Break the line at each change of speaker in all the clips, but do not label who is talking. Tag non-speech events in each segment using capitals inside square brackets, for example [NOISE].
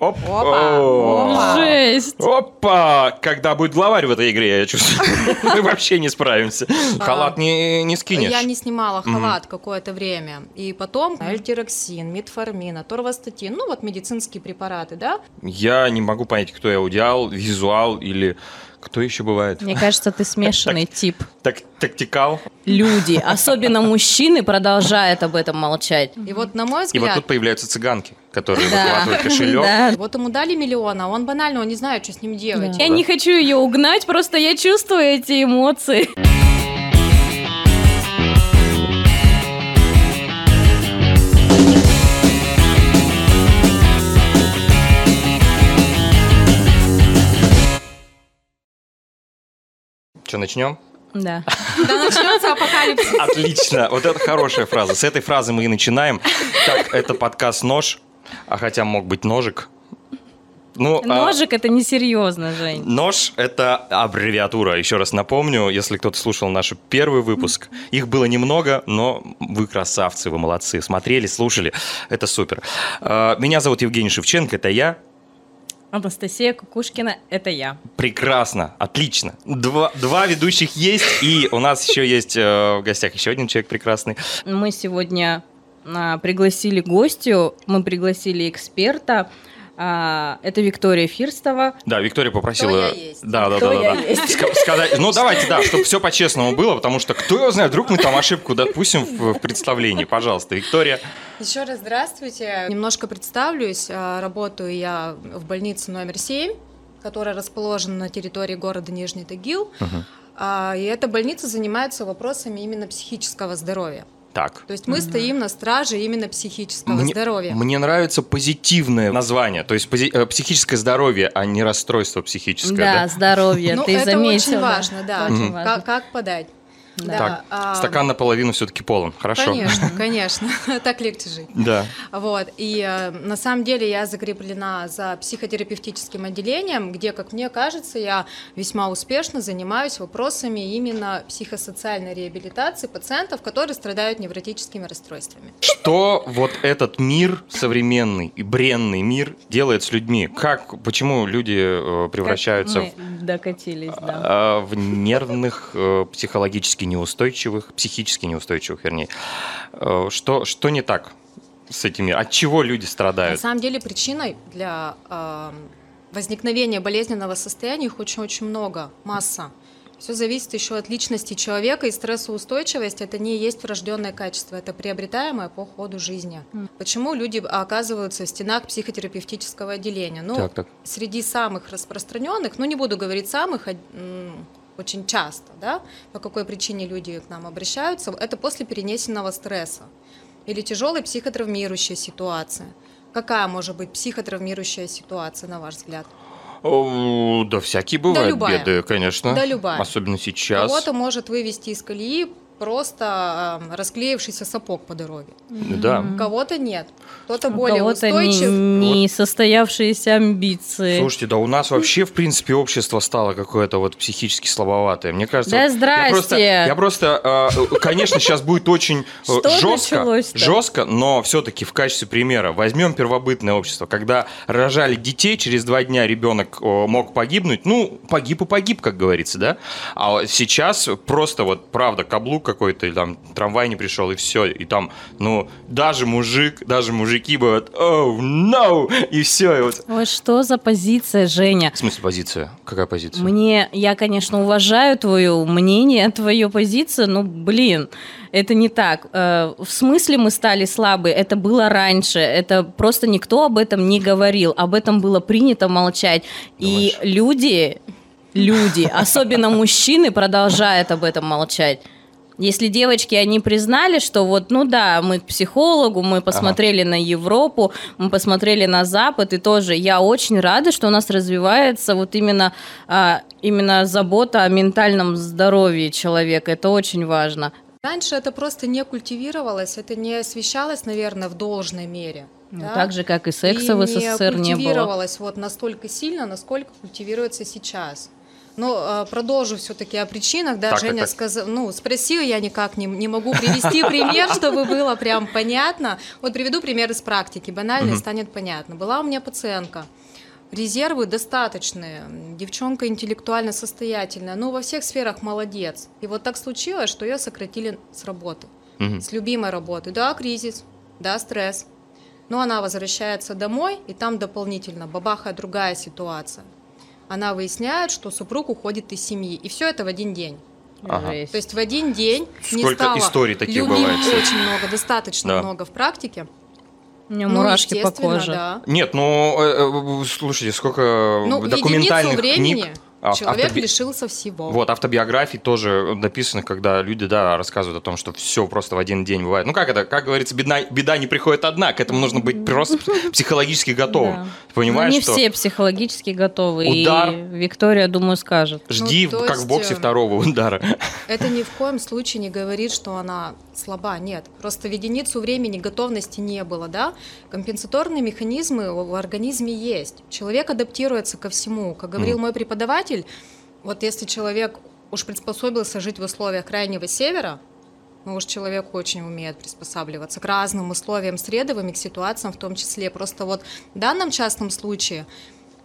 Оп.
Опа.
О.
Опа.
Жесть.
Опа! Когда будет главарь в этой игре, я чувствую, [LAUGHS] мы вообще не справимся. Халат не, не скинешь.
А. Я не снимала халат какое-то время. И потом альтероксин, метформин, аторвастатин, ну вот медицинские препараты, да?
Я не могу понять, кто я аудиал, визуал или кто еще бывает.
Мне кажется, ты смешанный тип.
Так, тактикал.
Люди, особенно мужчины, продолжают об этом молчать.
И вот, на мой
И вот
взгляд,
тут появляются цыганки, которые
[LAUGHS]
Да.
выкладывают кошелек.
Да.
вот ему дали миллион, а он банально, он не знает, что с ним делать.
Я не хочу ее угнать, просто я чувствую эти эмоции.
Что, начнем?
Да.
Да начнется апокалипсис.
Отлично. Вот это хорошая фраза. С этой фразы мы и начинаем. Так, это подкаст «Нож», а хотя мог быть «Ножик». Ну, а,
Ножик это несерьезно, Жень.
Нож – это аббревиатура. Еще раз напомню, если кто-то слушал наш первый выпуск, их было немного, но вы красавцы, вы молодцы. Смотрели, слушали. Это супер. Э, Меня зовут Евгений Шевченко, это я.
Анастасия Кукушкина это я.
Прекрасно, отлично. Два, два ведущих есть, и у нас еще есть э, в гостях еще один человек прекрасный.
Мы сегодня а, пригласили гостю, мы пригласили эксперта. А, это Виктория Фирстова.
Да, Виктория попросила...
Кто я есть?
Да, да,
Кто
да,
я
да, да. Ска- Сказать, ну давайте, да, чтобы все по-честному было, потому что кто его знает, вдруг мы там ошибку допустим в, в представлении. Пожалуйста, Виктория.
Еще раз здравствуйте. Немножко представлюсь. А, Работаю я в больнице номер 7, которая расположена на территории города Нижний Тагил. А, И эта больница занимается вопросами именно психического здоровья.
Так.
То есть мы стоим на страже именно психического
Мне-
здоровья.
Мне нравится позитивное название, то есть пози- э, психическое здоровье, а не расстройство психическое.
Да, здоровье,
Ну,
ты
это
заметила.
очень важно, да.
Это очень
Как-
важно.
Как, подать?
Да.
Так,
а, ну,
Стакан наполовину все-таки полон, хорошо.
[LAUGHS]
Конечно, конечно. [LAUGHS] Так легче жить.
Да.
Вот. И э, на самом деле я закреплена за психотерапевтическим отделением, где, как мне кажется, я весьма успешно занимаюсь вопросами именно психосоциальной реабилитации пациентов, которые страдают невротическими расстройствами.
Что вот этот мир современный и бренный мир делает с людьми? Как, почему люди э,
Как
превращаются
мы
в,
докатились, да.
а, в нервных, э, психологически неустойчивых, психически неустойчивых, вернее? Э, что, что не так с этими? От чего люди
На
страдают?
самом деле причиной для э, возникновения болезненного состояния их очень-очень много, масса. Все зависит еще от личности человека, и стрессоустойчивость это не есть врожденное качество, это приобретаемое по ходу жизни. Почему люди а, оказываются в стенах психотерапевтического отделения? Ну,
Так, так.
среди самых распространенных, ну не буду говорить самых, а, м, очень часто, да, по какой причине люди к нам обращаются, это после перенесенного стресса или тяжелой психотравмирующей ситуации. Какая может быть психотравмирующая ситуация, на ваш взгляд?
О, Э, да всякие бывают
любая.
беды, конечно.
Да любая.
Особенно сейчас.
Кого-то может вывести из колеи просто эм, расклеившийся сапог по дороге.
Да.
Мгм.
Кого-то нет. Кто-то
У
более
кого-то не-
устойчив.
не состоявшиеся амбиции.
Слушайте, да у нас вообще, в принципе, общество стало какое-то вот психически слабоватое. Мне кажется,
Да
вот я просто,
здрасте!
я просто, э, э, конечно, сейчас будет очень э,
Что
жестко,
началось-то?
жестко, но все-таки в качестве примера возьмем первобытное общество, когда рожали детей, через два дня ребенок э, мог погибнуть, ну погиб и погиб, как говорится, да. А вот сейчас просто вот правда каблук какой-то или там трамвай не пришел и все, и там, ну даже мужик, даже мужики бывают, oh no, и все, и вот
Ой, что за позиция, Женя?
в смысле позиция? Какая позиция?
Мне, я, конечно, уважаю твое мнение, твою позицию, но, блин, это не так. Э, В смысле мы стали слабы? Это было раньше, это просто никто об этом не говорил, об этом было принято молчать. И
Думаешь?
люди, люди, особенно мужчины, продолжают об этом молчать. Если девочки, они признали, что вот, ну да, мы к психологу, мы посмотрели на Европу, мы посмотрели на Запад, и тоже я очень рада, что у нас развивается вот именно, а, именно забота о ментальном здоровье человека, это очень важно.
Раньше это просто не культивировалось, это не освещалось, наверное, в должной мере.
Ну,
да.
Так же, как и секса
И
в СССР не было.
культивировалось вот настолько сильно, насколько культивируется сейчас. Но э, продолжу все-таки о причинах. Да,
Так, так,
Женя
так.
сказа- ну, спросил, я никак не, не могу привести пример, чтобы было прям понятно. Вот приведу пример из практики, банально и
Мгм.
станет понятно. Была у меня пациентка, резервы достаточные, м, девчонка интеллектуально состоятельная, но во всех сферах молодец. И вот так случилось, что ее сократили с работы,
Мгм.
с любимой работы. Да, кризис, да, стресс. Но она возвращается домой, и там дополнительно бабахает другая ситуация. Она выясняет, что супруг уходит из семьи. И все это в один день.
Ага.
Жесть.
То есть в один день не
Сколько
стало
историй таких
любимых
бывает, кстати.
очень много, достаточно
Да.
много в практике.
У меня
Ну,
мурашки по
естественно,
коже.
да.
Нет, ну, э, э, слушайте, сколько э,
Ну, в единицу
документальных
времени
книг... а,
человек
автоби-
лишился всего.
Вот, автобиографий тоже написано, когда люди, да, рассказывают о том, что все просто в один день бывает. Ну, как это, как говорится, бедна- беда не приходит одна, к этому нужно быть
[LAUGHS]
просто психологически готовым.
Да.
Ты
Ну,
Понимаешь,
не
что
все психологически готовы.
Удар.
И Виктория, думаю, скажет.
жди,
Ну, то
как в
есть,
боксе
э,
второго удара.
Это ни в коем случае не говорит, что она слаба, нет. Просто в единицу времени готовности не было, да? Компенсаторные механизмы в в организме есть. Человек адаптируется ко всему. Как говорил мой преподаватель, вот если человек уж приспособился жить в условиях крайнего севера, ну уж человек очень умеет приспосабливаться к разным условиям средовым и к ситуациям в том числе. Просто вот в данном частном случае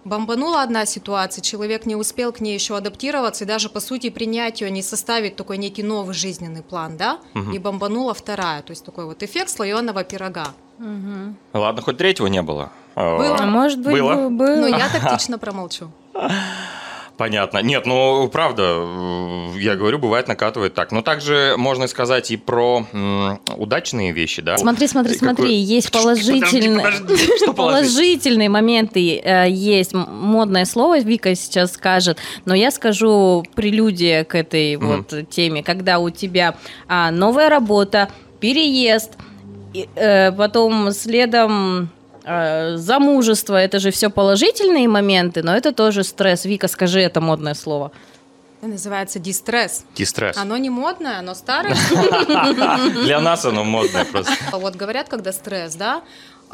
бомбанула одна ситуация, человек не успел к ней еще адаптироваться и даже, по сути, принять ее, не составить такой некий новый жизненный план, да,
Мгм.
и бомбанула вторая, то есть такой вот эффект слоеного пирога.
Ладно, хоть третьего не было. А,
Было.
А может быть,
Было.
бы-
Но
было.
Ну, я тактично промолчу.
Понятно. Нет, ну, правда, э, я говорю, бывает накатывает так. Но также можно сказать и про м, удачные вещи, да?
Смотри, смотри,
Э, какой-
смотри, есть
Подожди,
положительные,
подожди,
[LAUGHS]
что положительное?
положительные моменты, э, есть М- модное слово, Вика сейчас скажет, но я скажу прелюдия к этой
Мгм.
вот теме, когда у тебя а, новая работа, переезд, и, э, потом следом э, замужество, это же все положительные моменты, но это тоже стресс. Вика, скажи это модное слово.
Это называется дистресс.
Дистресс.
Оно не модное, оно старое.
Для нас оно модное просто.
А Вот говорят, когда стресс, да,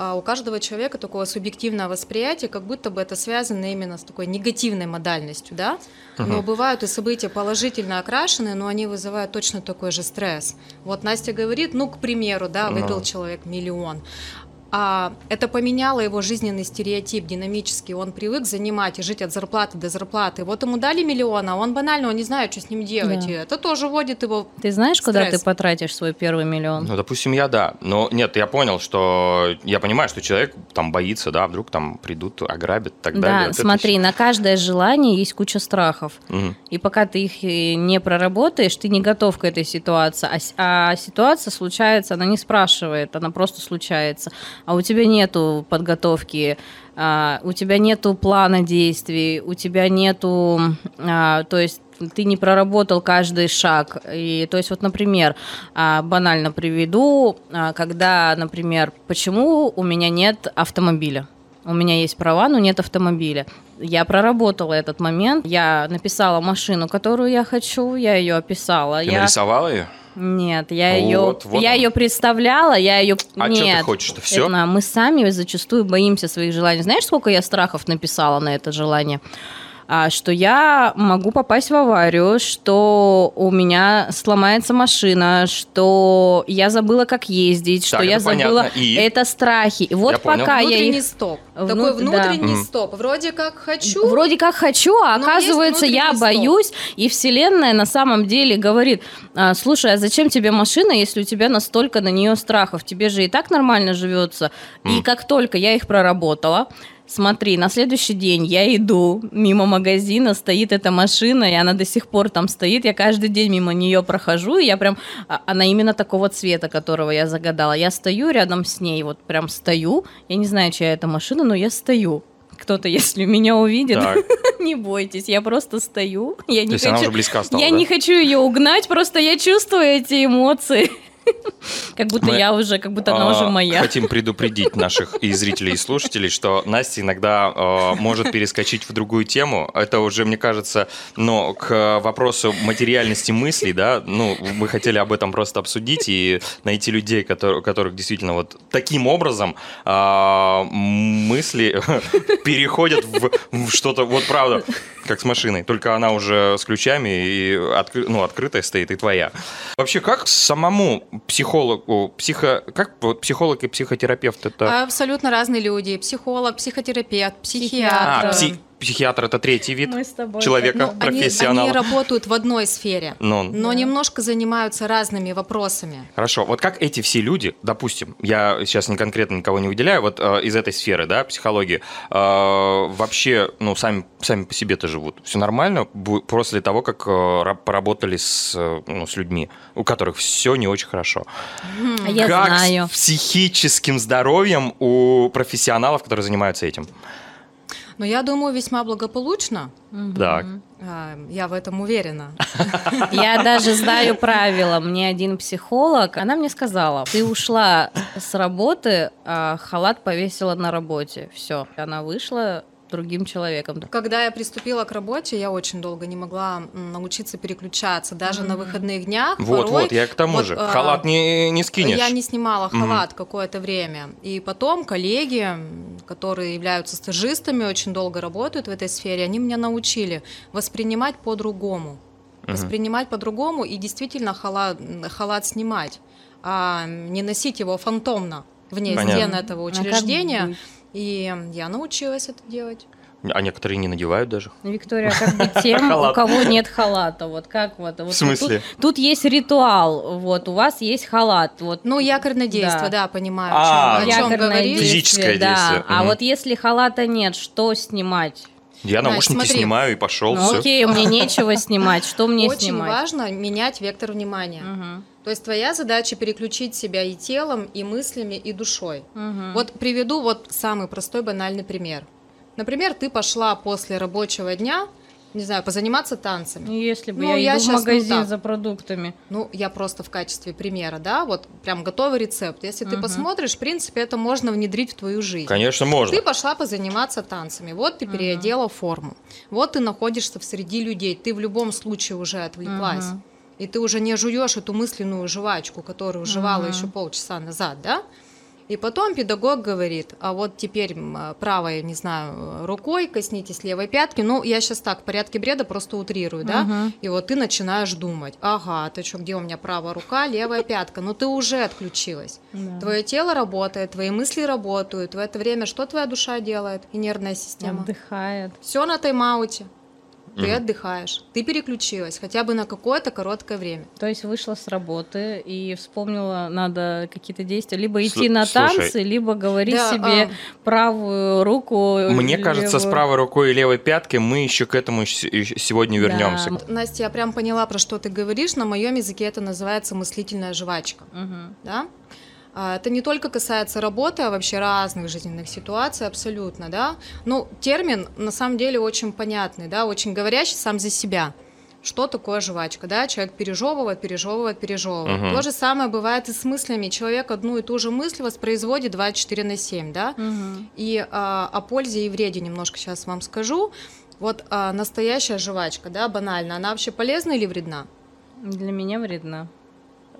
а у каждого человека такое субъективное восприятие, как будто бы это связано именно с такой негативной модальностью, да. Но бывают и события положительно окрашенные, но они вызывают точно такой же стресс. Вот Настя говорит, ну, к примеру, да,
Ну.
выиграл человек миллион. А, это поменяло его жизненный стереотип динамический. Он привык занимать и жить от зарплаты до зарплаты. Вот ему дали миллион, а он банально, он не знает, что с ним делать. И
Да.
это тоже вводит его
Ты знаешь, куда
Стресс.
ты потратишь свой первый миллион?
Ну, допустим, я да. Но нет, я понял, что я понимаю, что человек там боится, да, вдруг там придут, ограбят и так далее.
Да,
Вот это
смотри, на каждое желание есть куча страхов.
всё. Мгм.
И пока ты их э, не проработаешь, ты не готов к этой ситуации. А с- А, ситуация случается, она не спрашивает, она просто случается. А у тебя нету подготовки, а, у тебя нету плана действий, у тебя нету, а, то есть ты не проработал каждый шаг. И, то есть вот, например, а, банально приведу, а, когда, например, почему у меня нет автомобиля? У меня есть права, но нет автомобиля. Я проработала этот момент. Я написала машину, которую я хочу. Я ее описала.
Ты
я...
нарисовала ее?
Нет, я ее,
Вот, вот
я
он.
ее представляла, я ее.
А что
Нет.
ты хочешь-то? Все?
Это, а, мы сами зачастую боимся своих желаний. Знаешь, сколько я страхов написала на это желание? А, что я могу попасть в аварию, что у меня сломается машина, что я забыла, как ездить, что
Так,
я
это
забыла.
понятно. И?
Это страхи. И вот
Я понял.
пока я
внутренний
их
стоп.
Внут-
Такой
да.
внутренний
Мгм.
стоп. Вроде как хочу.
Вроде как хочу, а
Но
оказывается,
есть
я
внутренний
боюсь. И Вселенная на самом деле говорит, «А, слушай, а зачем тебе машина, если у тебя настолько на нее страхов? Тебе же и так нормально живется. И
М.
как только я их проработала, смотри, на следующий день я иду мимо магазина, стоит эта машина, и она до сих пор там стоит. Я каждый день мимо нее прохожу, и я прям... а, Она именно такого цвета, которого я загадала. Я стою рядом с ней, вот прям стою. Я не знаю, чья это машина, но я стою. Кто-то, если меня увидит,
Так. То
[LAUGHS] не бойтесь, я просто стою. Я не
есть она уже
хочу,
близка стала,
я
да?
не хочу ее угнать, просто я чувствую эти эмоции. [LAUGHS] Как будто
Мы-
я уже, как будто она
А,
уже моя.
Хотим предупредить наших и зрителей, и слушателей, что Настя иногда а, может перескочить в другую тему. Это уже, мне кажется, но к вопросу материальности мыслей, да, ну, мы хотели об этом просто обсудить и найти людей, которые, у которых действительно вот таким образом [LAUGHS] а, мысли переходят в, в что-то, вот правда, Как с машиной, только она уже с ключами и откры- ну, открытая стоит, и твоя. Вообще, как самому психологу, психо... как вот психолог и психотерапевт это...
А, Абсолютно разные люди. Психолог, психотерапевт,
А,
психиатр.
да.
пси- психиатр это третий вид
Мы с тобой
человека,
как-
Они-
профессионала.
Они работают в одной сфере,
Ну.
но немножко занимаются разными вопросами.
Хорошо, вот как эти все люди, допустим, я сейчас не конкретно никого не выделяю, вот э, из этой сферы, да, психологии, э, вообще, ну, сами, сами по себе-то живут. Все нормально бу- после того, как э, ра- поработали с, э, ну, с людьми, у которых все не очень хорошо.
А я
как
знаю.
с психическим здоровьем у профессионалов, которые занимаются этим?
Но я думаю, весьма благополучно.
Так.
А, Я в этом уверена.
Я даже знаю правила. Мне один психолог, она мне сказала, ты ушла с работы, а халат повесила на работе. Все. Она вышла другим человеком.
Когда я приступила к работе, я очень долго не могла м, научиться переключаться, даже на выходных днях.
Вот,
порой
вот, я к тому
вот,
же.
э,
Халат не, не скинешь.
Я не снимала
Мгм.
халат какое-то время. И потом коллеги, м, которые являются стажистами, очень долго работают в этой сфере, они меня научили воспринимать по-другому.
Мгм.
Воспринимать по-другому и действительно халат, халат снимать, а не носить его фантомно вне
Понятно.
стен этого
А как
учреждения.
быть?
И я научилась это делать.
А некоторые не надевают даже.
Виктория, а как быть тем, у
[LAUGHS] Халат.
кого нет халата? Вот как вот? вот
В смысле?
Тут, тут есть ритуал, вот, у вас есть халат. Вот.
Ну, якорное действие, да, понимаю,
А,
о чем, о чем
Якорное
говоришь.
действие. Физическое
да.
действие,
А
мгм.
вот если халата нет, что снимать?
Я
Настя,
наушники
смотри.
снимаю и пошел,
ну
все.
окей, мне нечего снимать, что мне
Очень
снимать?
важно менять вектор внимания.
Мгм.
То есть твоя задача переключить себя и телом, и мыслями, и душой.
Мгм.
Вот приведу вот самый простой банальный пример. Например, ты пошла после рабочего дня, не знаю, позаниматься танцами.
Ну, Если бы
Ну,
я,
я
иду в
щас, ну,
магазин
так.
за продуктами.
Ну, я просто в качестве примера, да, вот прям готовый рецепт. Если ты
Мгм.
посмотришь, в принципе, это можно внедрить в твою жизнь.
Конечно, можно.
Ты пошла позаниматься танцами, вот ты
Мгм.
переодела форму, вот ты находишься в среди людей, ты в любом случае уже отвлеклась.
Мгм.
И ты уже не жуешь эту мысленную жвачку, которую жевала
Мгм.
еще полчаса назад, да? И потом педагог говорит, а вот теперь м, э, правой, не знаю, рукой коснитесь левой пятки. Ну, я сейчас так, в порядке бреда просто утрирую, да?
Мгм.
И вот ты начинаешь думать, ага, ты что, где у меня правая рука, левая пятка? Но ты уже отключилась.
Да.
Твое тело работает, твои мысли работают. В это время что твоя душа делает и нервная система?
Отдыхает.
Все на тайм-ауте. Ты
Мгм.
отдыхаешь. Ты переключилась хотя бы на какое-то короткое время.
То есть вышла с работы и вспомнила, надо какие-то действия. Либо
Слу-
идти на
слушай.
танцы, либо говорить
Да,
себе
а,
правую руку.
Мне кажется, с
левую.
правой рукой и левой пяткой мы еще к этому щ- и сегодня
Да.
вернемся.
Настя, я прям поняла, про что ты говоришь. На моем языке это называется мыслительная жвачка.
Мгм.
Да? А, Это не только касается работы, а вообще разных жизненных ситуаций абсолютно, да. Ну, термин на самом деле очень понятный, да, очень говорящий сам за себя. Что такое жвачка, да? Человек пережевывает, пережевывает, пережевывает.
Мгм.
То же самое бывает и с мыслями. Человек одну и ту же мысль воспроизводит 24 на 7, да.
Мгм.
И а, о пользе и вреде немножко сейчас вам скажу. Вот а, настоящая жвачка, да, банально, она вообще полезна или вредна?
Для меня вредно.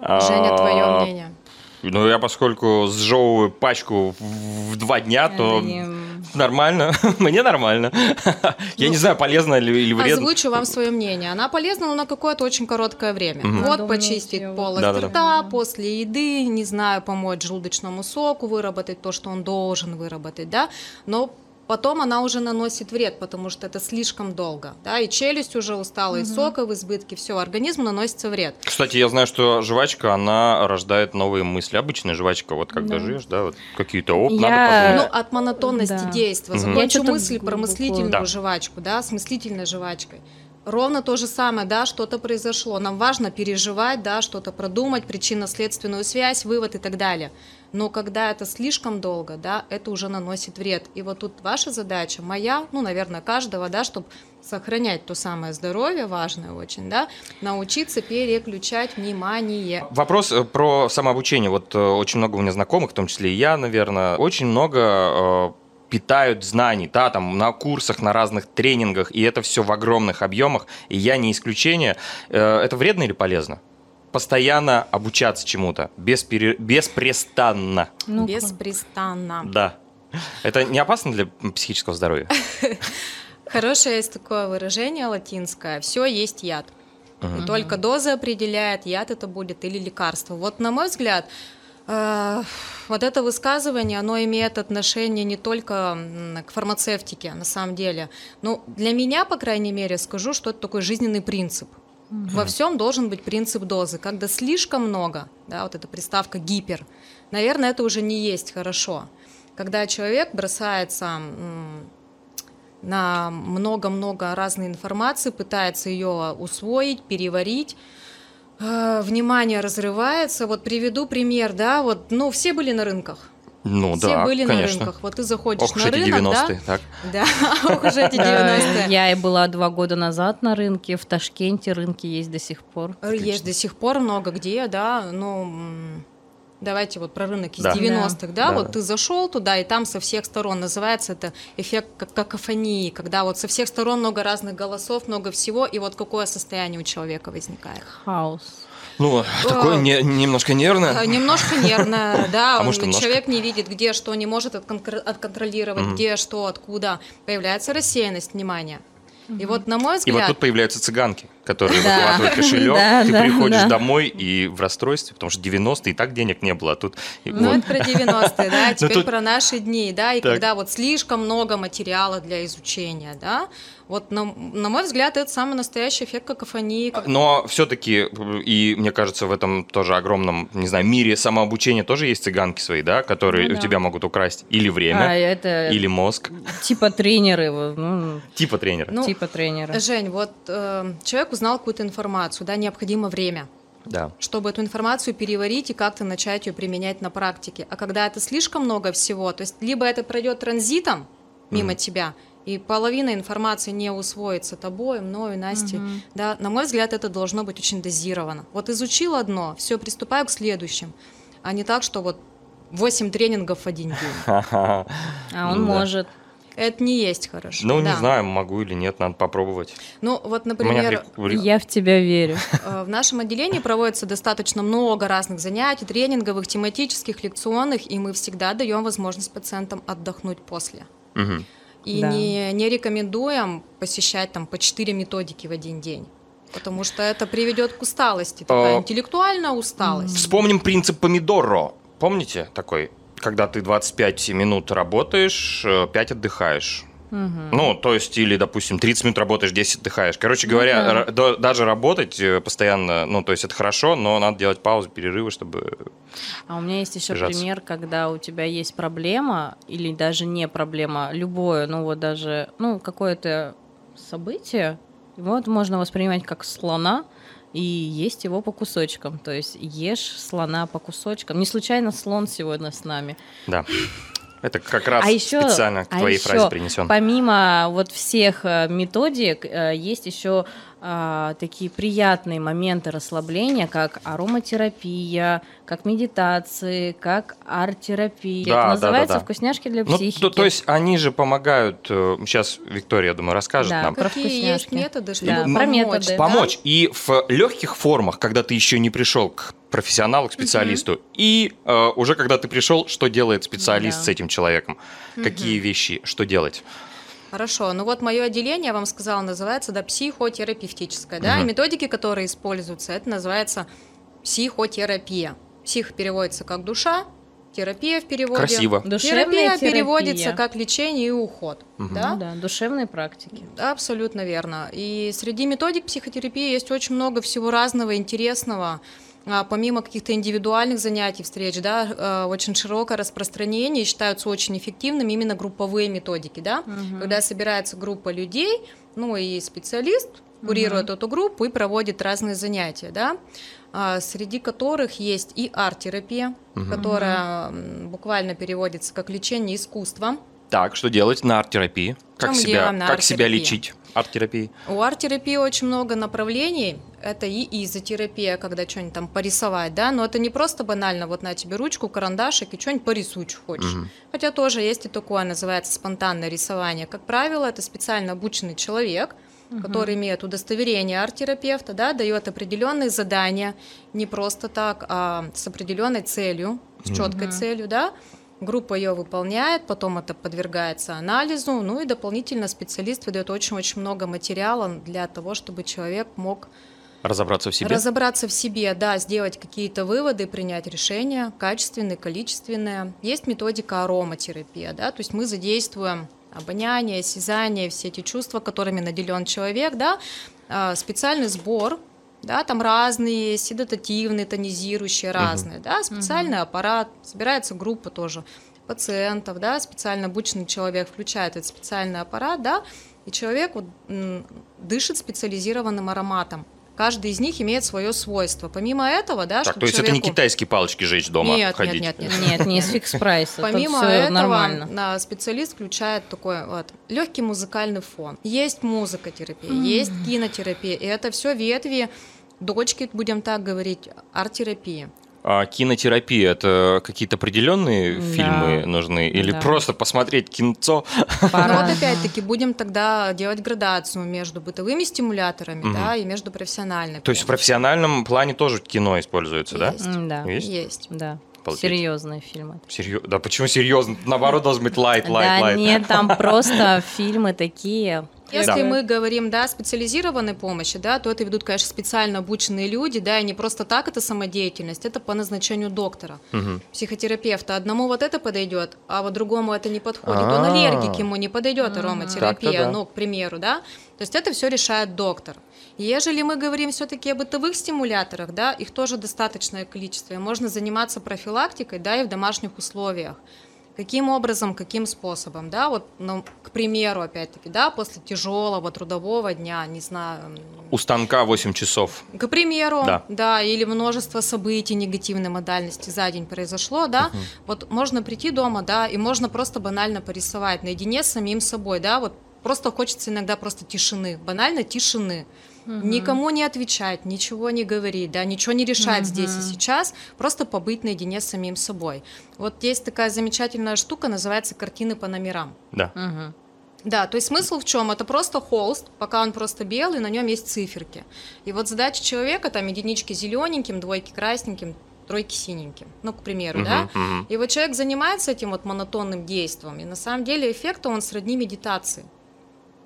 Женя, твое
А,
мнение.
Ну, я поскольку сжевываю пачку в в два дня, А то
Это не-
нормально. [LAUGHS] Мне нормально. Я
Ну, а
не знаю, полезно ли или вредно.
Озвучу вам свое мнение. Она полезна, но на какое-то очень короткое время.
Мгм.
Вот
Надо уметь
почистить
её
полость
Да-да-да.
рта после еды, не знаю, помочь желудочному соку, выработать то, что он должен выработать, да. Но потом она уже наносит вред, потому что это слишком долго, да, и челюсть уже устала, и
Мгм.
сока в избытке, все, организму наносится вред.
Кстати, я знаю, что жвачка, она рождает новые мысли. Обычная жвачка, вот когда
Да.
жуешь, да, вот какие-то, оп, надо
Я-
подумать.
Ну, от монотонности
Да.
действия.
Э, Мгм.
Я
Закончу
чё-то
мысль про
глубоко.
мыслительную
Да.
жвачку, да, с мыслительной жвачкой. Ровно то же самое, да, что-то произошло. Нам важно переживать, да, что-то продумать, причинно-следственную связь, вывод и так далее. Но когда это слишком долго, да, это уже наносит вред. И вот тут ваша задача, моя, ну, наверное, каждого, да, чтобы сохранять то самое здоровье, важное очень, да, научиться переключать внимание.
Вопрос э, про самообучение. Вот э, очень много у меня знакомых, в том числе и я, наверное, очень много э, питают знаний, да, там на курсах, на разных тренингах, и это все в огромных объемах, и я не исключение. Э, Это вредно или полезно? Постоянно обучаться чему-то, без пере- беспрестанно,
Ну,
Беспрестанно. [LAUGHS]
да. Это не опасно для психического здоровья?
Хорошее есть такое выражение латинское. Все есть яд. И Только доза определяет, яд это будет или лекарство. Вот на мой взгляд, э, вот это высказывание, оно имеет отношение не только м, к фармацевтике, на самом деле. Но для меня, по крайней мере, скажу, что это такой жизненный принцип. Во всем должен быть принцип дозы. Когда слишком много, да, вот эта приставка гипер, наверное, это уже не есть хорошо. Когда человек бросается м, на много-много разной информации, пытается ее усвоить, переварить. Э, Внимание разрывается. Вот приведу пример, да, вот, ну, все были на рынках.
Ну
все
да,
были на
конечно.
рынках. Вот ты заходишь
Ох уж
на
эти
рынок,
90-е, так.
да? [LAUGHS] Да, ох уж эти 90-е.
Я и была два года назад на рынке, в Ташкенте рынки есть до сих пор.
Есть до сих пор много где, да, ну, м, давайте вот про рынок из
Да.
90-х,
Да.
да, вот ты зашел туда, и там со всех сторон, называется это эффект как какофонии, когда вот со всех сторон много разных голосов, много всего, и вот какое состояние у человека
[LAUGHS]
возникает.
Хаос.
Ну, такое не- немножко
Э,
нервное. [LAUGHS]
Немножко нервно, да,
А
он-
может, немножко.
человек не видит, где что, не может отконкр- отконтролировать,
Мгм.
где что, откуда. Появляется рассеянность внимания. И вот, на мой
И вот
взгляд,
тут появляются цыганки, которые
[LAUGHS]
Да.
выхватывают кошелек.
Да,
ты
да,
приходишь
да.
домой и в расстройстве, потому что 90-е и так денег не было, а тут... и
Ну,
вот. Ну,
это про
[LAUGHS]
90-е, да, а теперь
тут-
про наши дни, да, и
Так.
когда вот слишком много материала для изучения, да, вот, на, на мой взгляд, это самый настоящий эффект какофонии.
Но все-таки, и мне кажется, в этом тоже огромном, не знаю, мире самообучения тоже есть цыганки свои, да, которые
Ну
у
да.
тебя могут украсть или
А,
время,
э,
это
или мозг,
типа тренеры, вот, ну,
типа тренера.
Ну,
типа тренеры.
Жень, вот э, человек узнал какую-то информацию, да, необходимо время,
Да. [LAUGHS]
чтобы эту информацию переварить и как-то начать ее применять на практике. А когда это слишком много всего, то есть либо это пройдет транзитом мимо
Мгм.
тебя, и половина информации не усвоится тобой, мною, Настей,
Мгм.
Да, на мой взгляд, это должно быть очень дозировано. Вот изучил одно, все, приступаю к следующим, а не так, что вот 8 тренингов в один день.
А он
Ну Да.
может.
Это не есть хорошо.
Ну, не
да.
знаю, могу или нет, надо попробовать.
Ну, вот,
У меня
например,
при- при-
Я в тебя
[LAUGHS]
верю.
э, в нашем отделении проводится достаточно много разных занятий, тренинговых, тематических, лекционных, и мы всегда даем возможность пациентам отдохнуть после.
Мгм.
И
Да.
не, не рекомендуем посещать там по 4 методики в один день. Потому что это приведет к усталости, такая
А.
интеллектуальная усталость.
Вспомним принцип помидоро. Помните такой? Когда ты 25 минут работаешь, э, 5 отдыхаешь.
Мгм.
Ну, то есть, или, допустим, 30 минут работаешь, 10 отдыхаешь. Короче говоря,
да.
ра- да- даже работать э, постоянно, ну, то есть, это хорошо, но надо делать паузы, перерывы, чтобы...
А у меня есть еще
Сжаться.
пример, когда у тебя есть проблема, или даже не проблема, любое, ну вот даже, ну, какое-то событие, вот можно воспринимать как слона и есть его по кусочкам. То есть ешь слона по кусочкам. Не случайно слон сегодня с нами.
Да. Это как раз
А еще-
специально к
а
твоей
еще
фразе принесен.
Помимо вот всех э, методик, э, есть еще а, такие приятные моменты расслабления, как ароматерапия, как медитации, как арт-терапия.
Да,
Это
да,
называется
да, да.
«Вкусняшки для
Ну,
психики».
то, то есть, они же помогают... э, Сейчас Виктория, я думаю, расскажет
Да.
нам.
Про
Какие есть
вкусняшки.
методы, чтобы
Да,
помочь?
про методы.
да?
помочь и в легких формах, когда ты еще не пришел к профессионалу, к специалисту, и э, уже когда ты пришел, что делает специалист
Да.
с этим человеком, какие вещи, что делать.
Хорошо. Ну вот мое отделение, я вам сказала, называется да, психотерапевтическое. Да?
Мгм.
И методики, которые используются, это называется психотерапия. Псих переводится как душа, терапия в переводе.
Красиво.
Душевная
Терапия,
терапия.
переводится как лечение и уход.
Мгм.
Да?
Ну да, душевные практики.
Да, Абсолютно верно. И среди методик психотерапии есть очень много всего разного, интересного. А, Помимо каких-то индивидуальных занятий, встреч, да, э, очень широкое распространение и считаются очень эффективными именно групповые методики, да, когда собирается группа людей, ну и специалист курирует эту группу и проводит разные занятия, да, а, среди которых есть и арт-терапия,
Мгм.
которая м, буквально переводится как лечение искусством.
Так, что делать на арт-терапии? Как,
Там, где
себя,
вам на
как себя
арт-терапии.
лечить арт-терапии?
У арт-терапии очень много направлений. Это и изотерапия, когда что-нибудь там порисовать, да, но это не просто банально, вот на тебе ручку, карандашик и что-нибудь порисуй, что хочешь.
Мгм.
Хотя тоже есть и такое, называется спонтанное рисование. Как правило, это специально обученный человек, который имеет удостоверение арт-терапевта, да, дает определенные задания, не просто так, а с определенной целью, с четкой
Мгм.
целью, да, группа ее выполняет, потом это подвергается анализу, ну и дополнительно специалист выдает очень-очень много материала для того, чтобы человек мог
Разобраться в себе?
разобраться в себе, да, сделать какие-то выводы, принять решения, качественные, количественные. Есть методика ароматерапия, да, то есть мы задействуем обоняние, осязание, все эти чувства, которыми наделен человек, да, А, специальный сбор, да, там разные есть, седатативные, тонизирующие, разные, да, специальный аппарат, собирается группа тоже пациентов, да, специально обученный человек включает этот специальный аппарат, да, и человек вот, м, дышит специализированным ароматом. Каждый из них имеет свое свойство. Помимо этого, да,
Так,
чтобы
то есть это не
человеку-
китайские палочки жечь дома,
Нет, нет,
ходить?
нет, нет.
Нет, не из фикс прайса.
Помимо
Помимо все
этого,
нормально.
на- специалист включает такой вот легкий музыкальный фон. Есть музыкотерапия, есть кинотерапия, и это все ветви дочки, будем так говорить, арт-терапии.
А кинотерапия это какие-то определенные
Да.
фильмы нужны? Или
Да.
просто посмотреть кинцо?
Но
Пора.
вот опять-таки будем тогда делать градацию между бытовыми стимуляторами,
Мгм.
да, и между профессиональной.
То есть в
помощью.
профессиональном плане тоже кино используется, да?
Есть.
М, Да,
Есть?
Есть.
да.
Обалдеть.
Серьезные фильмы.
Серьё- Да почему серьезно? Наоборот, должен быть лайт, лайт,
Да
лайт.
нет, там
[LAUGHS]
просто фильмы такие.
Если
Да.
мы говорим, да, о специализированной помощи, да, то это ведут, конечно, специально обученные люди, да, и не просто так это самодеятельность, это по назначению доктора.
Мгм.
психотерапевта. Одному вот это подойдет, а вот другому это не подходит. Он
А.
аллергик, ему не подойдет
Мгм.
Так-то
ароматерапия,
да.
ну, к примеру, да. То есть это все решает доктор. Ежели мы говорим все-таки о бытовых стимуляторах, да, их тоже достаточное количество, и можно заниматься профилактикой, да, и в домашних условиях. Каким образом, каким способом, да, вот, ну, к примеру, опять-таки, да, после тяжелого трудового дня, не знаю, м,
У станка 8 часов.
к примеру,
Да.
да. или множество событий негативной модальности за день произошло, да, вот можно прийти дома, да, и можно просто банально порисовать наедине с самим собой, да, вот просто хочется иногда просто тишины, банально тишины, никому не отвечать, ничего не говорить, да, ничего не решать здесь и
Мгм.
сейчас, просто побыть наедине с самим собой. Вот есть такая замечательная штука, называется картины по номерам.
Да.
Мгм.
Да, то есть смысл в чем? Это просто холст, пока он просто белый, на нем есть циферки. И вот задача человека там единички зелененьким, двойки красненьким, тройки синеньким. Ну, к примеру, да?
Мгм, мгм.
И вот человек занимается этим вот монотонным действием, и на самом деле эффект он сродни медитации.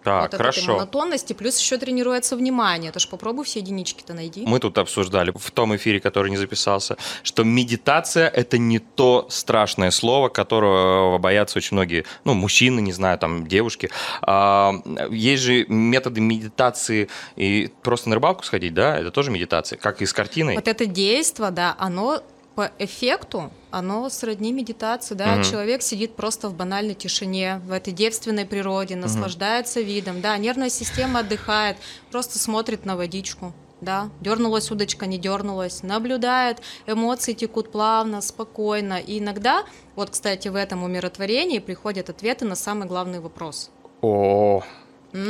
Так,
вот от этой
А, хорошо.
монотонности, плюс еще тренируется внимание. Это ж попробуй все единички-то найди.
Мы тут обсуждали в том эфире, который не записался, что медитация это не то страшное слово, которого боятся очень многие, ну, мужчины, не знаю, там, девушки. А, есть же методы медитации и просто на рыбалку сходить, да, это тоже медитация, как и с картиной.
Вот это действие, да, оно по эффекту, оно сродни медитации, да,
Мгм.
человек сидит просто в банальной тишине, в этой девственной природе, наслаждается видом, да, нервная система отдыхает, просто смотрит на водичку, да, дернулась удочка, не дернулась, наблюдает, эмоции текут плавно, спокойно, и иногда, вот, кстати, в этом умиротворении приходят ответы на самый главный вопрос.
О,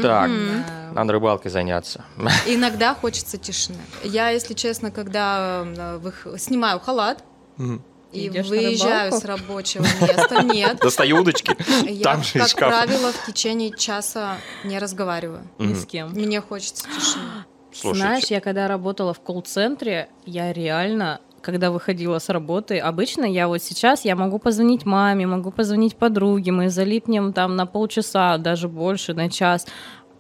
так,
Мгм.
надо рыбалкой заняться.
Иногда хочется тишины. Я, если честно, когда э, вых- снимаю халат, И
Идёшь на
выезжаю
рыбалку?
с рабочего места. [LAUGHS] Нет.
Достаю удочки.
[LAUGHS] Я,
Там же из
как
шкафа.
правило, в течение часа не разговариваю.
Ни
Мгм.
с кем.
Мне хочется тишины.
Слушайте.
Знаешь, я когда работала в колл-центре, я реально, когда выходила с работы, обычно я вот сейчас, я могу позвонить маме, могу позвонить подруге, мы залипнем там на полчаса, даже больше, на час.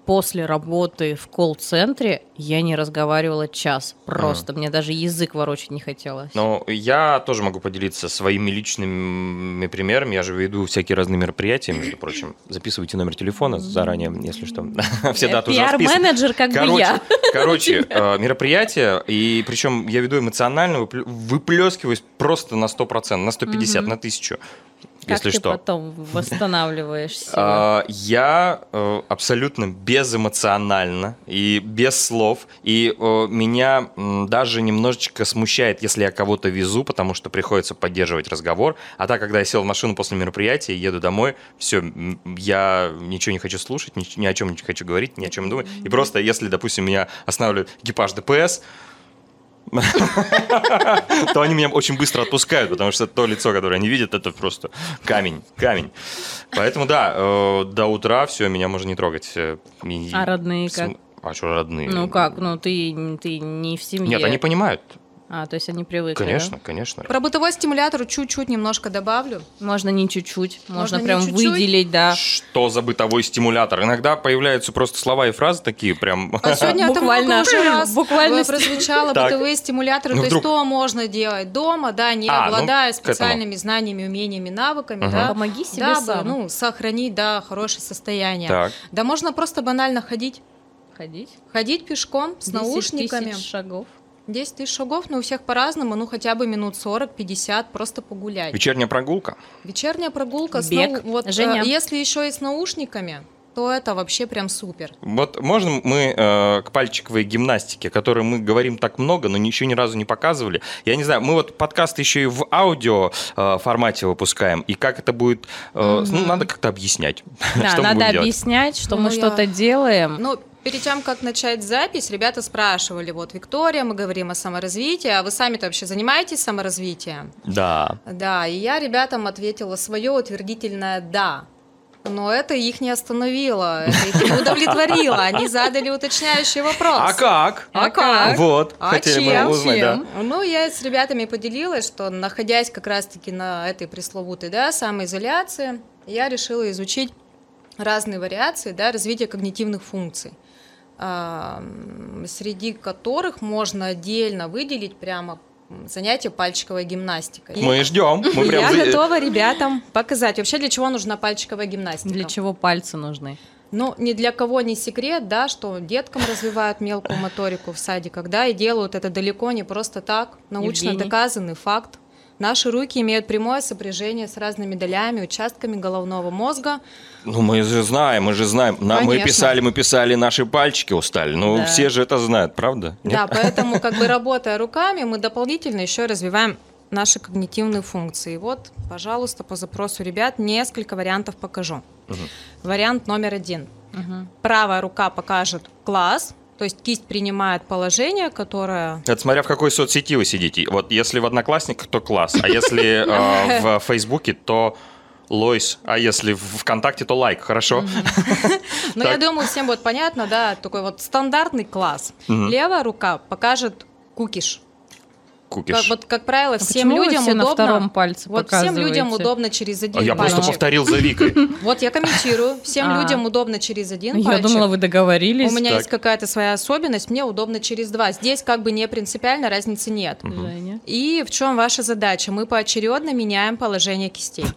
После работы в колл-центре я не разговаривала час просто, мне даже язык ворочать не хотелось.
А. Ну, я тоже могу поделиться своими личными примерами. Я же веду всякие разные мероприятия, между прочим. Записывайте номер телефона заранее, если что. [LAUGHS] Все даты уже расписаны.
Пиар-менеджер, как бы
Короче,
я. [LAUGHS]
короче э, мероприятие, и причем я веду эмоционально, выплю- выплескиваюсь просто на 100%, на 150,
Мгм.
на 1000,
Как
если
ты
что.
потом восстанавливаешь силы?
А, Я э, абсолютно безэмоционально и без слов. И э, меня м, даже немножечко смущает, если я кого-то везу, потому что приходится поддерживать разговор. А так, когда я сел в машину после мероприятия и еду домой, все, я ничего не хочу слушать, ни, ни о чем не хочу говорить, ни о чем думать. И просто, если, допустим, меня останавливает экипаж ДПС, [LAUGHS] то они меня очень быстро отпускают, потому что то лицо, которое они видят, это просто камень, камень. Поэтому да, э, до утра все, меня можно не трогать. э, и-
А родные как?
А что родные?
Ну как, ну ты, ты не в семье.
Нет, они понимают.
А, то есть они привыкли. да?
Конечно, конечно.
Про бытовой стимулятор чуть-чуть немножко добавлю.
[LAUGHS]
Можно не чуть-чуть, можно,
Можно не
прям
чуть-чуть.
выделить, да.
Что за бытовой стимулятор? Иногда появляются просто слова и фразы такие прям...
А сегодня это
Буквально.
буквально уже раз
Буквально.
буквально прозвучало
Так.
бытовые стимуляторы,
Ну,
то есть
вдруг.
то можно делать дома, да, не
А, ну,
обладая
к этому.
специальными знаниями, умениями, навыками,
Мгм.
да,
Помоги себе
дабы,
сам.
ну, сохранить, да, хорошее
[LAUGHS]
состояние.
Так.
Да можно просто банально ходить.
Ходить.
Ходить пешком с
10
наушниками.
тысяч шагов.
10 тысяч шагов, но у всех по-разному, ну хотя бы минут 40-50 просто погулять.
Вечерняя прогулка.
Вечерняя прогулка с
Бег.
нау- вот, э,
Женя.
если еще и с наушниками, то это вообще прям супер.
Вот можно мы э, к пальчиковой гимнастике, о которой мы говорим так много, но еще ни разу не показывали. Я не знаю, мы вот подкаст еще и в аудио э, формате выпускаем, и как это будет, э,
Мгм.
ну, надо как-то объяснять, [LAUGHS]
Да,
[LAUGHS] что мы
надо
будем делать.
объяснять, что
Ну,
мы
я-
что-то делаем.
Ну, перед тем, как начать запись, ребята спрашивали, вот, Виктория, мы говорим о саморазвитии, а вы сами-то вообще занимаетесь саморазвитием?
Да.
Да, и я ребятам ответила свое утвердительное «да». Но это их не остановило, это их не удовлетворило. Они задали уточняющий вопрос.
А как?
А как?
Вот,
А
хотели
чем?
мы узнать, да.
Чем?
Ну, я с ребятами поделилась, что находясь как раз-таки на этой пресловутой да, самоизоляции, я решила изучить разные вариации да, развития когнитивных функций, а, м, среди которых можно отдельно выделить прямо м, занятие пальчиковой гимнастикой.
Мы ждем. Мы
И
прям
[LAUGHS] я
за-
готова ребятам показать вообще, для чего нужна пальчиковая гимнастика.
Для чего пальцы нужны?
Ну, ни для кого не секрет, да, что деткам развивают мелкую моторику в садиках, да, и делают это далеко не просто так. Научно
Евгений.
доказанный факт. Наши руки имеют прямое сопряжение с разными долями, участками головного мозга.
Ну, мы же знаем, мы же знаем. На- мы
Конечно.
писали, мы писали, наши пальчики устали. Ну,
Да.
все же это знают, правда? Нет?
Да, поэтому, как бы работая руками, мы дополнительно еще развиваем наши когнитивные функции. Вот, пожалуйста, по запросу ребят несколько вариантов покажу.
Мгм.
Вариант номер один.
Мгм.
Правая рука покажет класс, то есть кисть принимает положение, которое
Это смотря в какой соцсети вы сидите. Вот если в Одноклассниках, то класс. А если
[LAUGHS]
э, в Фейсбуке, то Лойс. А если в ВКонтакте, то лайк. Хорошо?
Ну,
Так.
я думаю, всем будет понятно, да, такой вот стандартный класс.
Мгм.
Левая рука покажет кукиш. Как,
Кукиш.
вот, как правило,
А
всем
почему вы
людям
все
удобно.
на втором пальце
вот всем людям
показываете?
удобно через
А
один
Я
пальчик.
просто повторил за Викой.
Вот я
[LAUGHS]
комментирую. Всем
А.
людям удобно через один
Ну, Я
пальчик.
думала, вы
У
договорились.
меня
Так.
есть какая-то своя особенность, мне удобно через два. Здесь как бы не принципиально, разницы нет.
Мгм.
Женя.
И в чем ваша задача? Мы поочередно меняем положение кистей.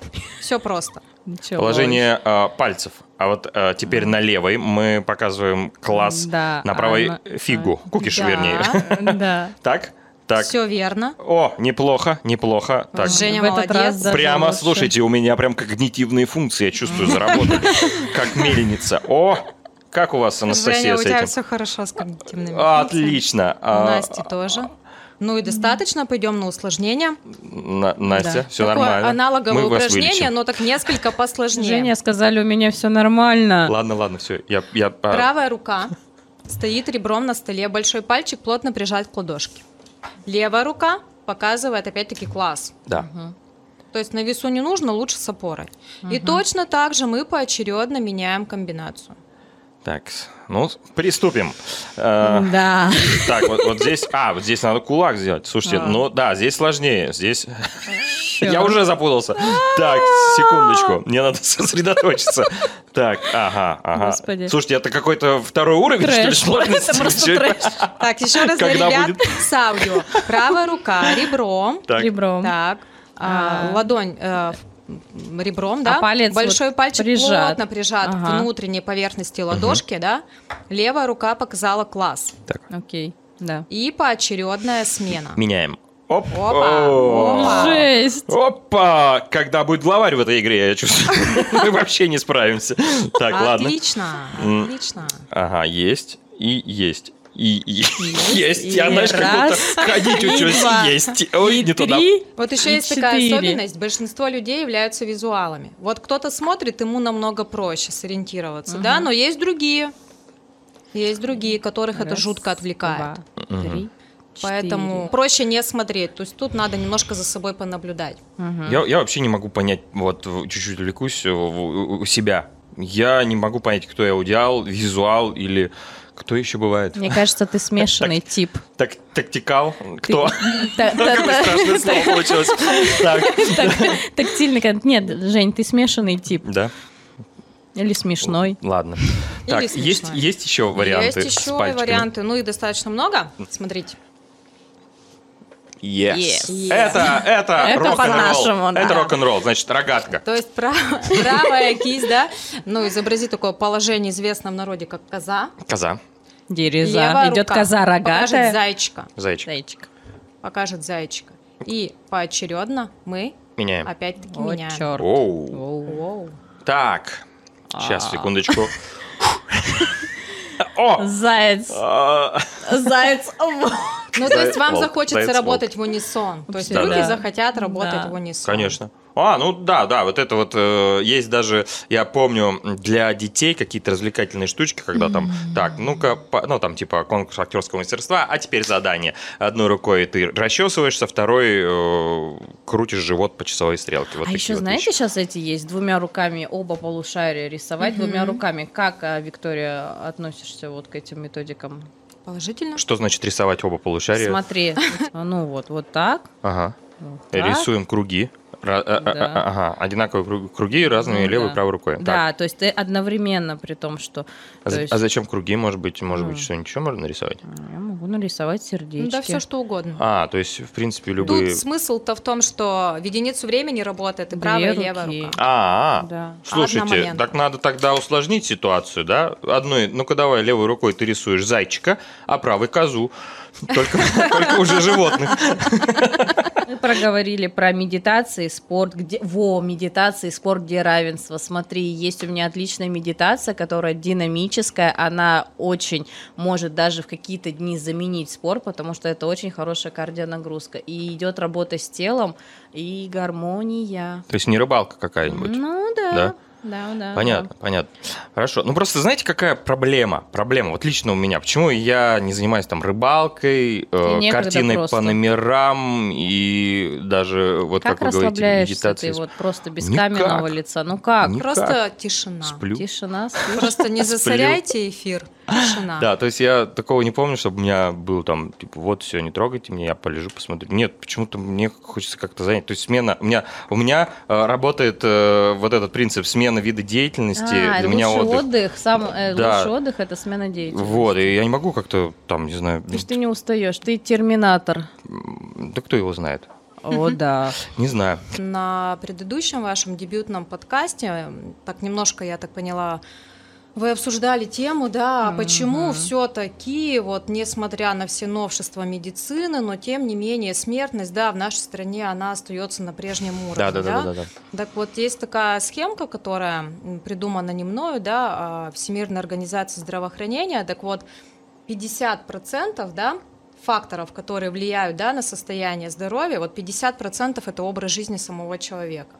Все просто.
Ничего.
Положение э, пальцев. А вот э, теперь на левой мы показываем класс,
Да,
на правой
а на-
фигу. Кукиш,
Да.
вернее.
[LAUGHS]
[LAUGHS]
Да.
Так? Так.
Все верно.
О, неплохо, неплохо. Так.
Жень, Женя
в этот
молодец.
раз даже
Прямо,
лучше.
слушайте, у меня прям когнитивные функции, я чувствую,
[LAUGHS]
заработали. Как мельница. О, как у вас, Анастасия,
Женя,
с
у тебя
этим?
все хорошо с когнитивными. функциями.
Отлично.
У
А,
Насти тоже. Ну и достаточно, пойдем на усложнение.
На- Настя,
Да.
все
Такое
нормально.
аналоговое
Мы вас
упражнение,
вылечим.
но так несколько посложнее.
Женя сказали, у меня все нормально.
Ладно, ладно, все. Я, я, а,
Правая рука стоит ребром на столе, большой пальчик плотно прижат к ладошке. Левая рука показывает опять-таки класс.
Да.
Мгм.
То есть на весу не нужно, лучше с опорой. И
Мгм.
точно так же мы поочередно меняем комбинацию.
Так, ну, приступим. Э,
Да.
Так, вот, вот здесь, а, вот здесь надо кулак сделать. Слушайте,
А.
ну да, здесь сложнее, здесь... Я
Чёрт.
уже запутался. Так, секундочку, мне надо [LAUGHS] сосредоточиться. Так, ага, ага.
Господи.
Слушайте, это какой-то второй уровень, что ли,
Трэш.
сложности?
Это просто
Чё это?
трэш.
Так, еще раз для
Когда
ребят
будет?
с аудио. Правая рука ребром
Так,
Ребром.
Так, а,
А.
ладонь э, в- м, ребром, да?
палец
Большой
вот
пальчик
прижат.
плотно прижат
Ага.
к внутренней поверхности ладошки, да? Левая рука показала класс.
так,
Окей, да.
И поочередная смена.
меняем. Оп.
Опа.
О.
Опа.
Жесть.
Опа! Когда будет главарь в этой игре, я чувствую, [LAUGHS] мы вообще не справимся. Так, ладно.
отлично,
М.
отлично.
Ага, есть и есть. И, и- есть,
и
я, знаешь, как
раз,
будто ходить
и
учусь,
два,
есть. Ой, не туда.
Три.
Вот еще
И
есть такая
четыре.
особенность. Большинство людей являются визуалами. Вот кто-то смотрит, ему намного проще сориентироваться, да? Но есть другие. Есть другие, которых это
Раз,
жутко отвлекает.
два, три,
Поэтому проще не смотреть. То есть тут надо немножко за собой понаблюдать.
четыре. Мгм.
Я, я вообще не могу понять, вот в- чуть-чуть увлекусь э, в- у у себя. Я не могу понять, кто я, аудиал, визуал или Кто еще бывает?
Мне кажется, ты смешанный
[LAUGHS]
тип.
Так, тактикал?
[LAUGHS]
Кто?
Та- та-
Какое страшное
[LAUGHS]
слово получилось. Так,
так- Тактильный контакт. Нет, Жень, ты смешанный тип.
да.
Или смешной.
Ладно.
Или
Так,
смешной.
есть, есть еще варианты
Есть
с
еще
пальчиками?
варианты, ну и достаточно много. Смотрите.
Yes.
Yes. Yes.
Это, это,
Это
рок-н-ролл.
по-нашему, да.
Это рок-н-ролл, значит, рогатка.
То есть прав- [LAUGHS] правая кисть, да, ну изобрази такое положение известное в народе, как коза.
Коза,
Дереза.
Левая
Идет
рука
коза
Покажет
рогатая.
зайчика.
зайчик.
Зайчик.
Покажет зайчика. И поочередно мы
Меняем.
опять-таки
О,
меняем.
черт.
Оу. Э,
Воу.
Так, сейчас,
А. [LAUGHS]
секундочку. О!
Заяц.
А,
[LAUGHS]
Заяц.
Ну, то есть
Заяц
вам
волк,
захочется
заяц волк.
работать в унисон. То есть
Да,
люди
да.
захотят работать
Да.
в унисон.
Конечно. А, ну да, да, вот это вот э, есть даже, я помню, для детей какие-то развлекательные штучки, когда там, так, ну-ка, по- ну там типа конкурс актерского мастерства, а теперь задание. Одной рукой ты расчесываешься, второй э, крутишь живот по часовой стрелке. Вот
А
такие
еще
вот
знаете,
вещи.
сейчас эти есть двумя руками оба полушария рисовать
Мгм.
двумя руками. Как а, Виктория относишься вот к этим методикам?
Положительно.
Что значит рисовать оба полушария?
Смотри,
[LAUGHS]
ну вот, вот так.
Ага.
вот так.
Рисуем круги. Ра- а- а-
Да.
а- Ага, одинаковые кру- круги разными
Ну,
левой
да.
и правой рукой. Так.
Да, то есть ты одновременно при том, что
А,
то
за-
есть-
а зачем круги? Может быть, может быть,
М.
что-нибудь еще можно нарисовать?
я могу нарисовать сердечки.
Ну, да все что угодно.
А, то есть, в принципе, любые...
Тут смысл-то в том, что в единицу времени работает и
Две
правая, и левая
руки.
рука.
А, а.
Да.
Слушайте,
Одномоментно.
так надо тогда усложнить ситуацию, да? Одной, ну-ка давай левой рукой ты рисуешь зайчика, а правой козу. [LAUGHS] Только, только уже животных.
Мы проговорили про медитации, спорт, где... Во, медитации, спорт, где равенство. Смотри, есть у меня отличная медитация, которая динамическая, она очень может даже в какие-то дни заменить спорт, потому что это очень хорошая кардионагрузка. И идет работа с телом и гармония.
То есть не рыбалка какая-нибудь.
Ну да.
Да?
Да, да.
Понятно, понятно. Хорошо. Ну просто знаете, какая проблема? Проблема вот лично у меня. Почему я не занимаюсь там рыбалкой, э,
некогда
картиной
просто.
по номерам и даже вот
Как,
как, вы говорите,
расслабляешься
медитации.
ты вот просто без
Никак.
каменного лица? Ну как?
Никак.
Просто тишина.
Сплю.
Тишина, спишь?
Просто
[LAUGHS]
не
Сплю.
засоряйте эфир.
а?
Тишина.
Да, то есть я такого не помню, чтобы у меня был там, типа, вот, все, не трогайте меня, я полежу, посмотрю. Нет, почему-то мне хочется как-то занять. То есть смена, у меня, у меня э, работает э, вот этот принцип смены вида деятельности,
А,
для меня
лучший
отдых.
отдых, сам э,
Да.
лучший отдых это смена деятельности.
Вот, и я не могу как-то там, не знаю,
Ты ж ты не устаешь, ты [LAUGHS] терминатор.
м, да кто его знает?
О, да.
Не знаю.
На предыдущем вашем дебютном подкасте, м, так немножко, я так поняла, вы обсуждали тему, да, а почему
Мгм.
все-таки, вот несмотря на все новшества медицины, но тем не менее смертность, да, в нашей стране она остается на прежнем уровне.
Да, да, да, да, да.
Так вот, есть такая схемка, которая м, придумана не мною, да, а Всемирной организации здравоохранения. Так вот, 50% да, факторов, которые влияют да, на состояние здоровья, вот 50% это образ жизни самого человека.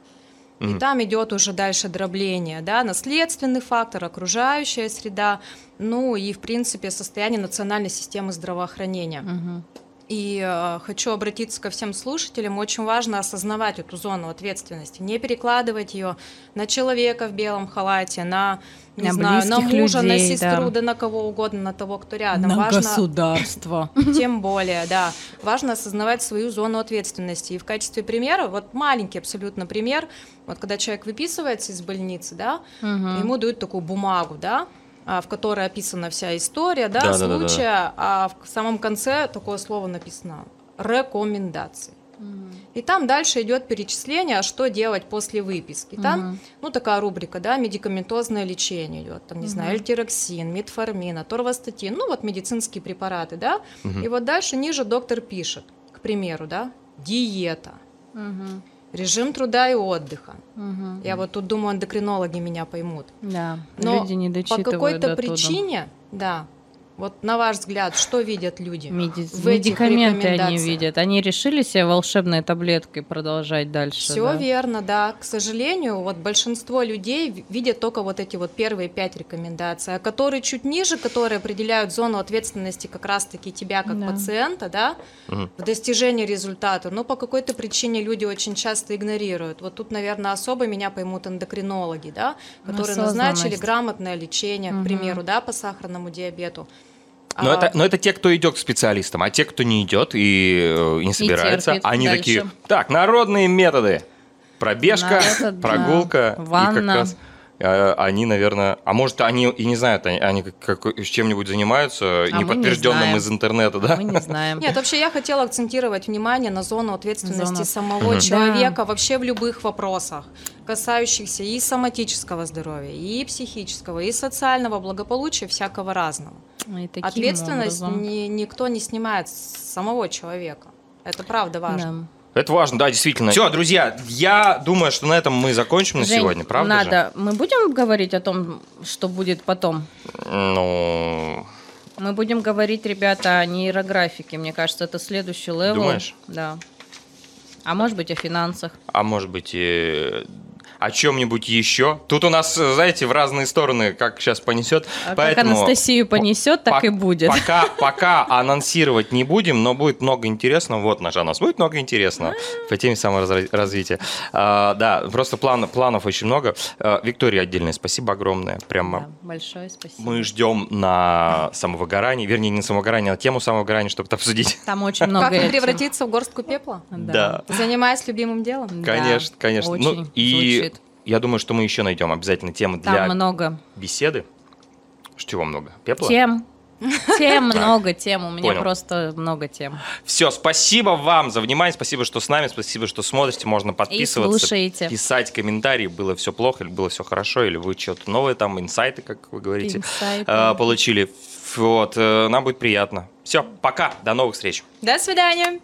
И
Мгм.
там идет уже дальше дробление, да, наследственный фактор, окружающая среда, ну и, в принципе, состояние национальной системы здравоохранения.
Мгм.
И э, хочу обратиться ко всем слушателям. Очень важно осознавать эту зону ответственности, не перекладывать ее на человека в белом халате, на, не
На
знаю, на
близких
мужа, на
людей, да.
сестру, да. на кого угодно, на того, кто рядом.
На
важно, [LAUGHS]
государство.
тем более, да. Важно осознавать свою зону ответственности. И в качестве примера, вот маленький абсолютно пример, вот когда человек выписывается из больницы, да,
Мгм.
Ему дают такую бумагу, да, а, в которой описана вся история, да,
Да-да-да-да.
случая, а в к- самом конце такое слово написано рекомендации.
Мгм.
И там дальше идет перечисление, а что делать после выписки. Там,
Мгм.
ну, такая рубрика, да, медикаментозное лечение идет, там, не знаю,
Мгм.
эльтироксин, метформин, аторвастатин, ну, вот медицинские препараты, да.
Мгм.
И вот дальше ниже доктор пишет, к примеру, да, диета,
Мгм.
режим труда и отдыха.
Мгм.
Я вот тут думаю, эндокринологи меня поймут.
Да,
Но
люди не
По
дочитывают до
какой-то
туда.
причине, да. Вот на ваш взгляд, что видят люди?
Меди-
в этих
Медикаменты они
рекомендациях.
видят. Они решили себе волшебной таблеткой продолжать дальше.
Все
да.
верно, да. К сожалению, вот большинство людей ви- видят только вот эти вот первые пять рекомендаций, а которые чуть ниже, которые определяют зону ответственности как раз-таки тебя как
Да.
пациента, да,
Мгм.
в достижении результата. Но по какой-то причине люди очень часто игнорируют. Вот тут, наверное, особо меня поймут эндокринологи, да, которые назначили
Осознанность.
грамотное лечение,
Мгм.
к примеру, да, по сахарному диабету.
Но,
А,
Ну, это, но это те, кто идет к специалистам, а те, кто не идет и э, не собирается,
терпит
они
дальше.
такие, так, народные методы, пробежка,
Надо, да.
прогулка, и
Ванна.
как раз э, они, наверное, а может, они и не знают, они, они как- как- с чем-нибудь занимаются,
А мы не
неподтвержденным
знаем.
из интернета, да?
Мы не знаем.
Нет, вообще я хотела акцентировать внимание на зону ответственности
Зона.
самого
Мгм.
человека вообще в любых вопросах, касающихся и соматического здоровья, и психического, и социального благополучия, всякого разного.
Мы таким
Ответственность
образом.
ни- никто не снимает с самого человека. Это правда важно.
Это важно, да, действительно. Все, друзья, я думаю, что на этом мы закончим
Да.
на
Жень,
Ну, сегодня, правда же?
Надо. Мы будем говорить о том, что будет потом?
Ну,
Мы будем говорить, ребята, о нейрографике. Мне кажется, это следующий левел.
Думаешь?
Да. А может быть, о финансах.
а может быть, э, о чем-нибудь еще. Тут у нас, э, знаете, в разные стороны, как сейчас понесет.
А как
поэтому
Анастасию понесет, так
пок-
и будет.
Пока, пока анонсировать не будем, но будет много интересного. Вот наш анонс. Будет много интересного по теме саморазвития. А, да, просто план, планов очень много. А, Виктория отдельное спасибо огромное. Прямо
Да, большое спасибо.
мы ждем на самовыгорание. Вернее, не самовыгорание, а тему самовыгорания, чтобы это обсудить.
Там очень много.
Как не
этих.
превратиться в горстку пепла?
да.
Занимаясь любимым делом.
Да,
Конечно, конечно. Ну,
очень
и
звучит.
я думаю, что мы еще найдем обязательно темы для
Там много
беседы. Что, Чего много? Пепла?
тем. Тем много тем. У меня
Понял.
просто много тем.
Все, спасибо вам за внимание, спасибо, что с нами, спасибо, что смотрите, можно подписываться,
слушаете.
писать комментарии, было все плохо или было все хорошо, или вы что-то новое там, инсайты, как вы говорите,
Инсайты.
э, получили. Вот, э, нам будет приятно. Все, пока, до новых встреч.
До свидания.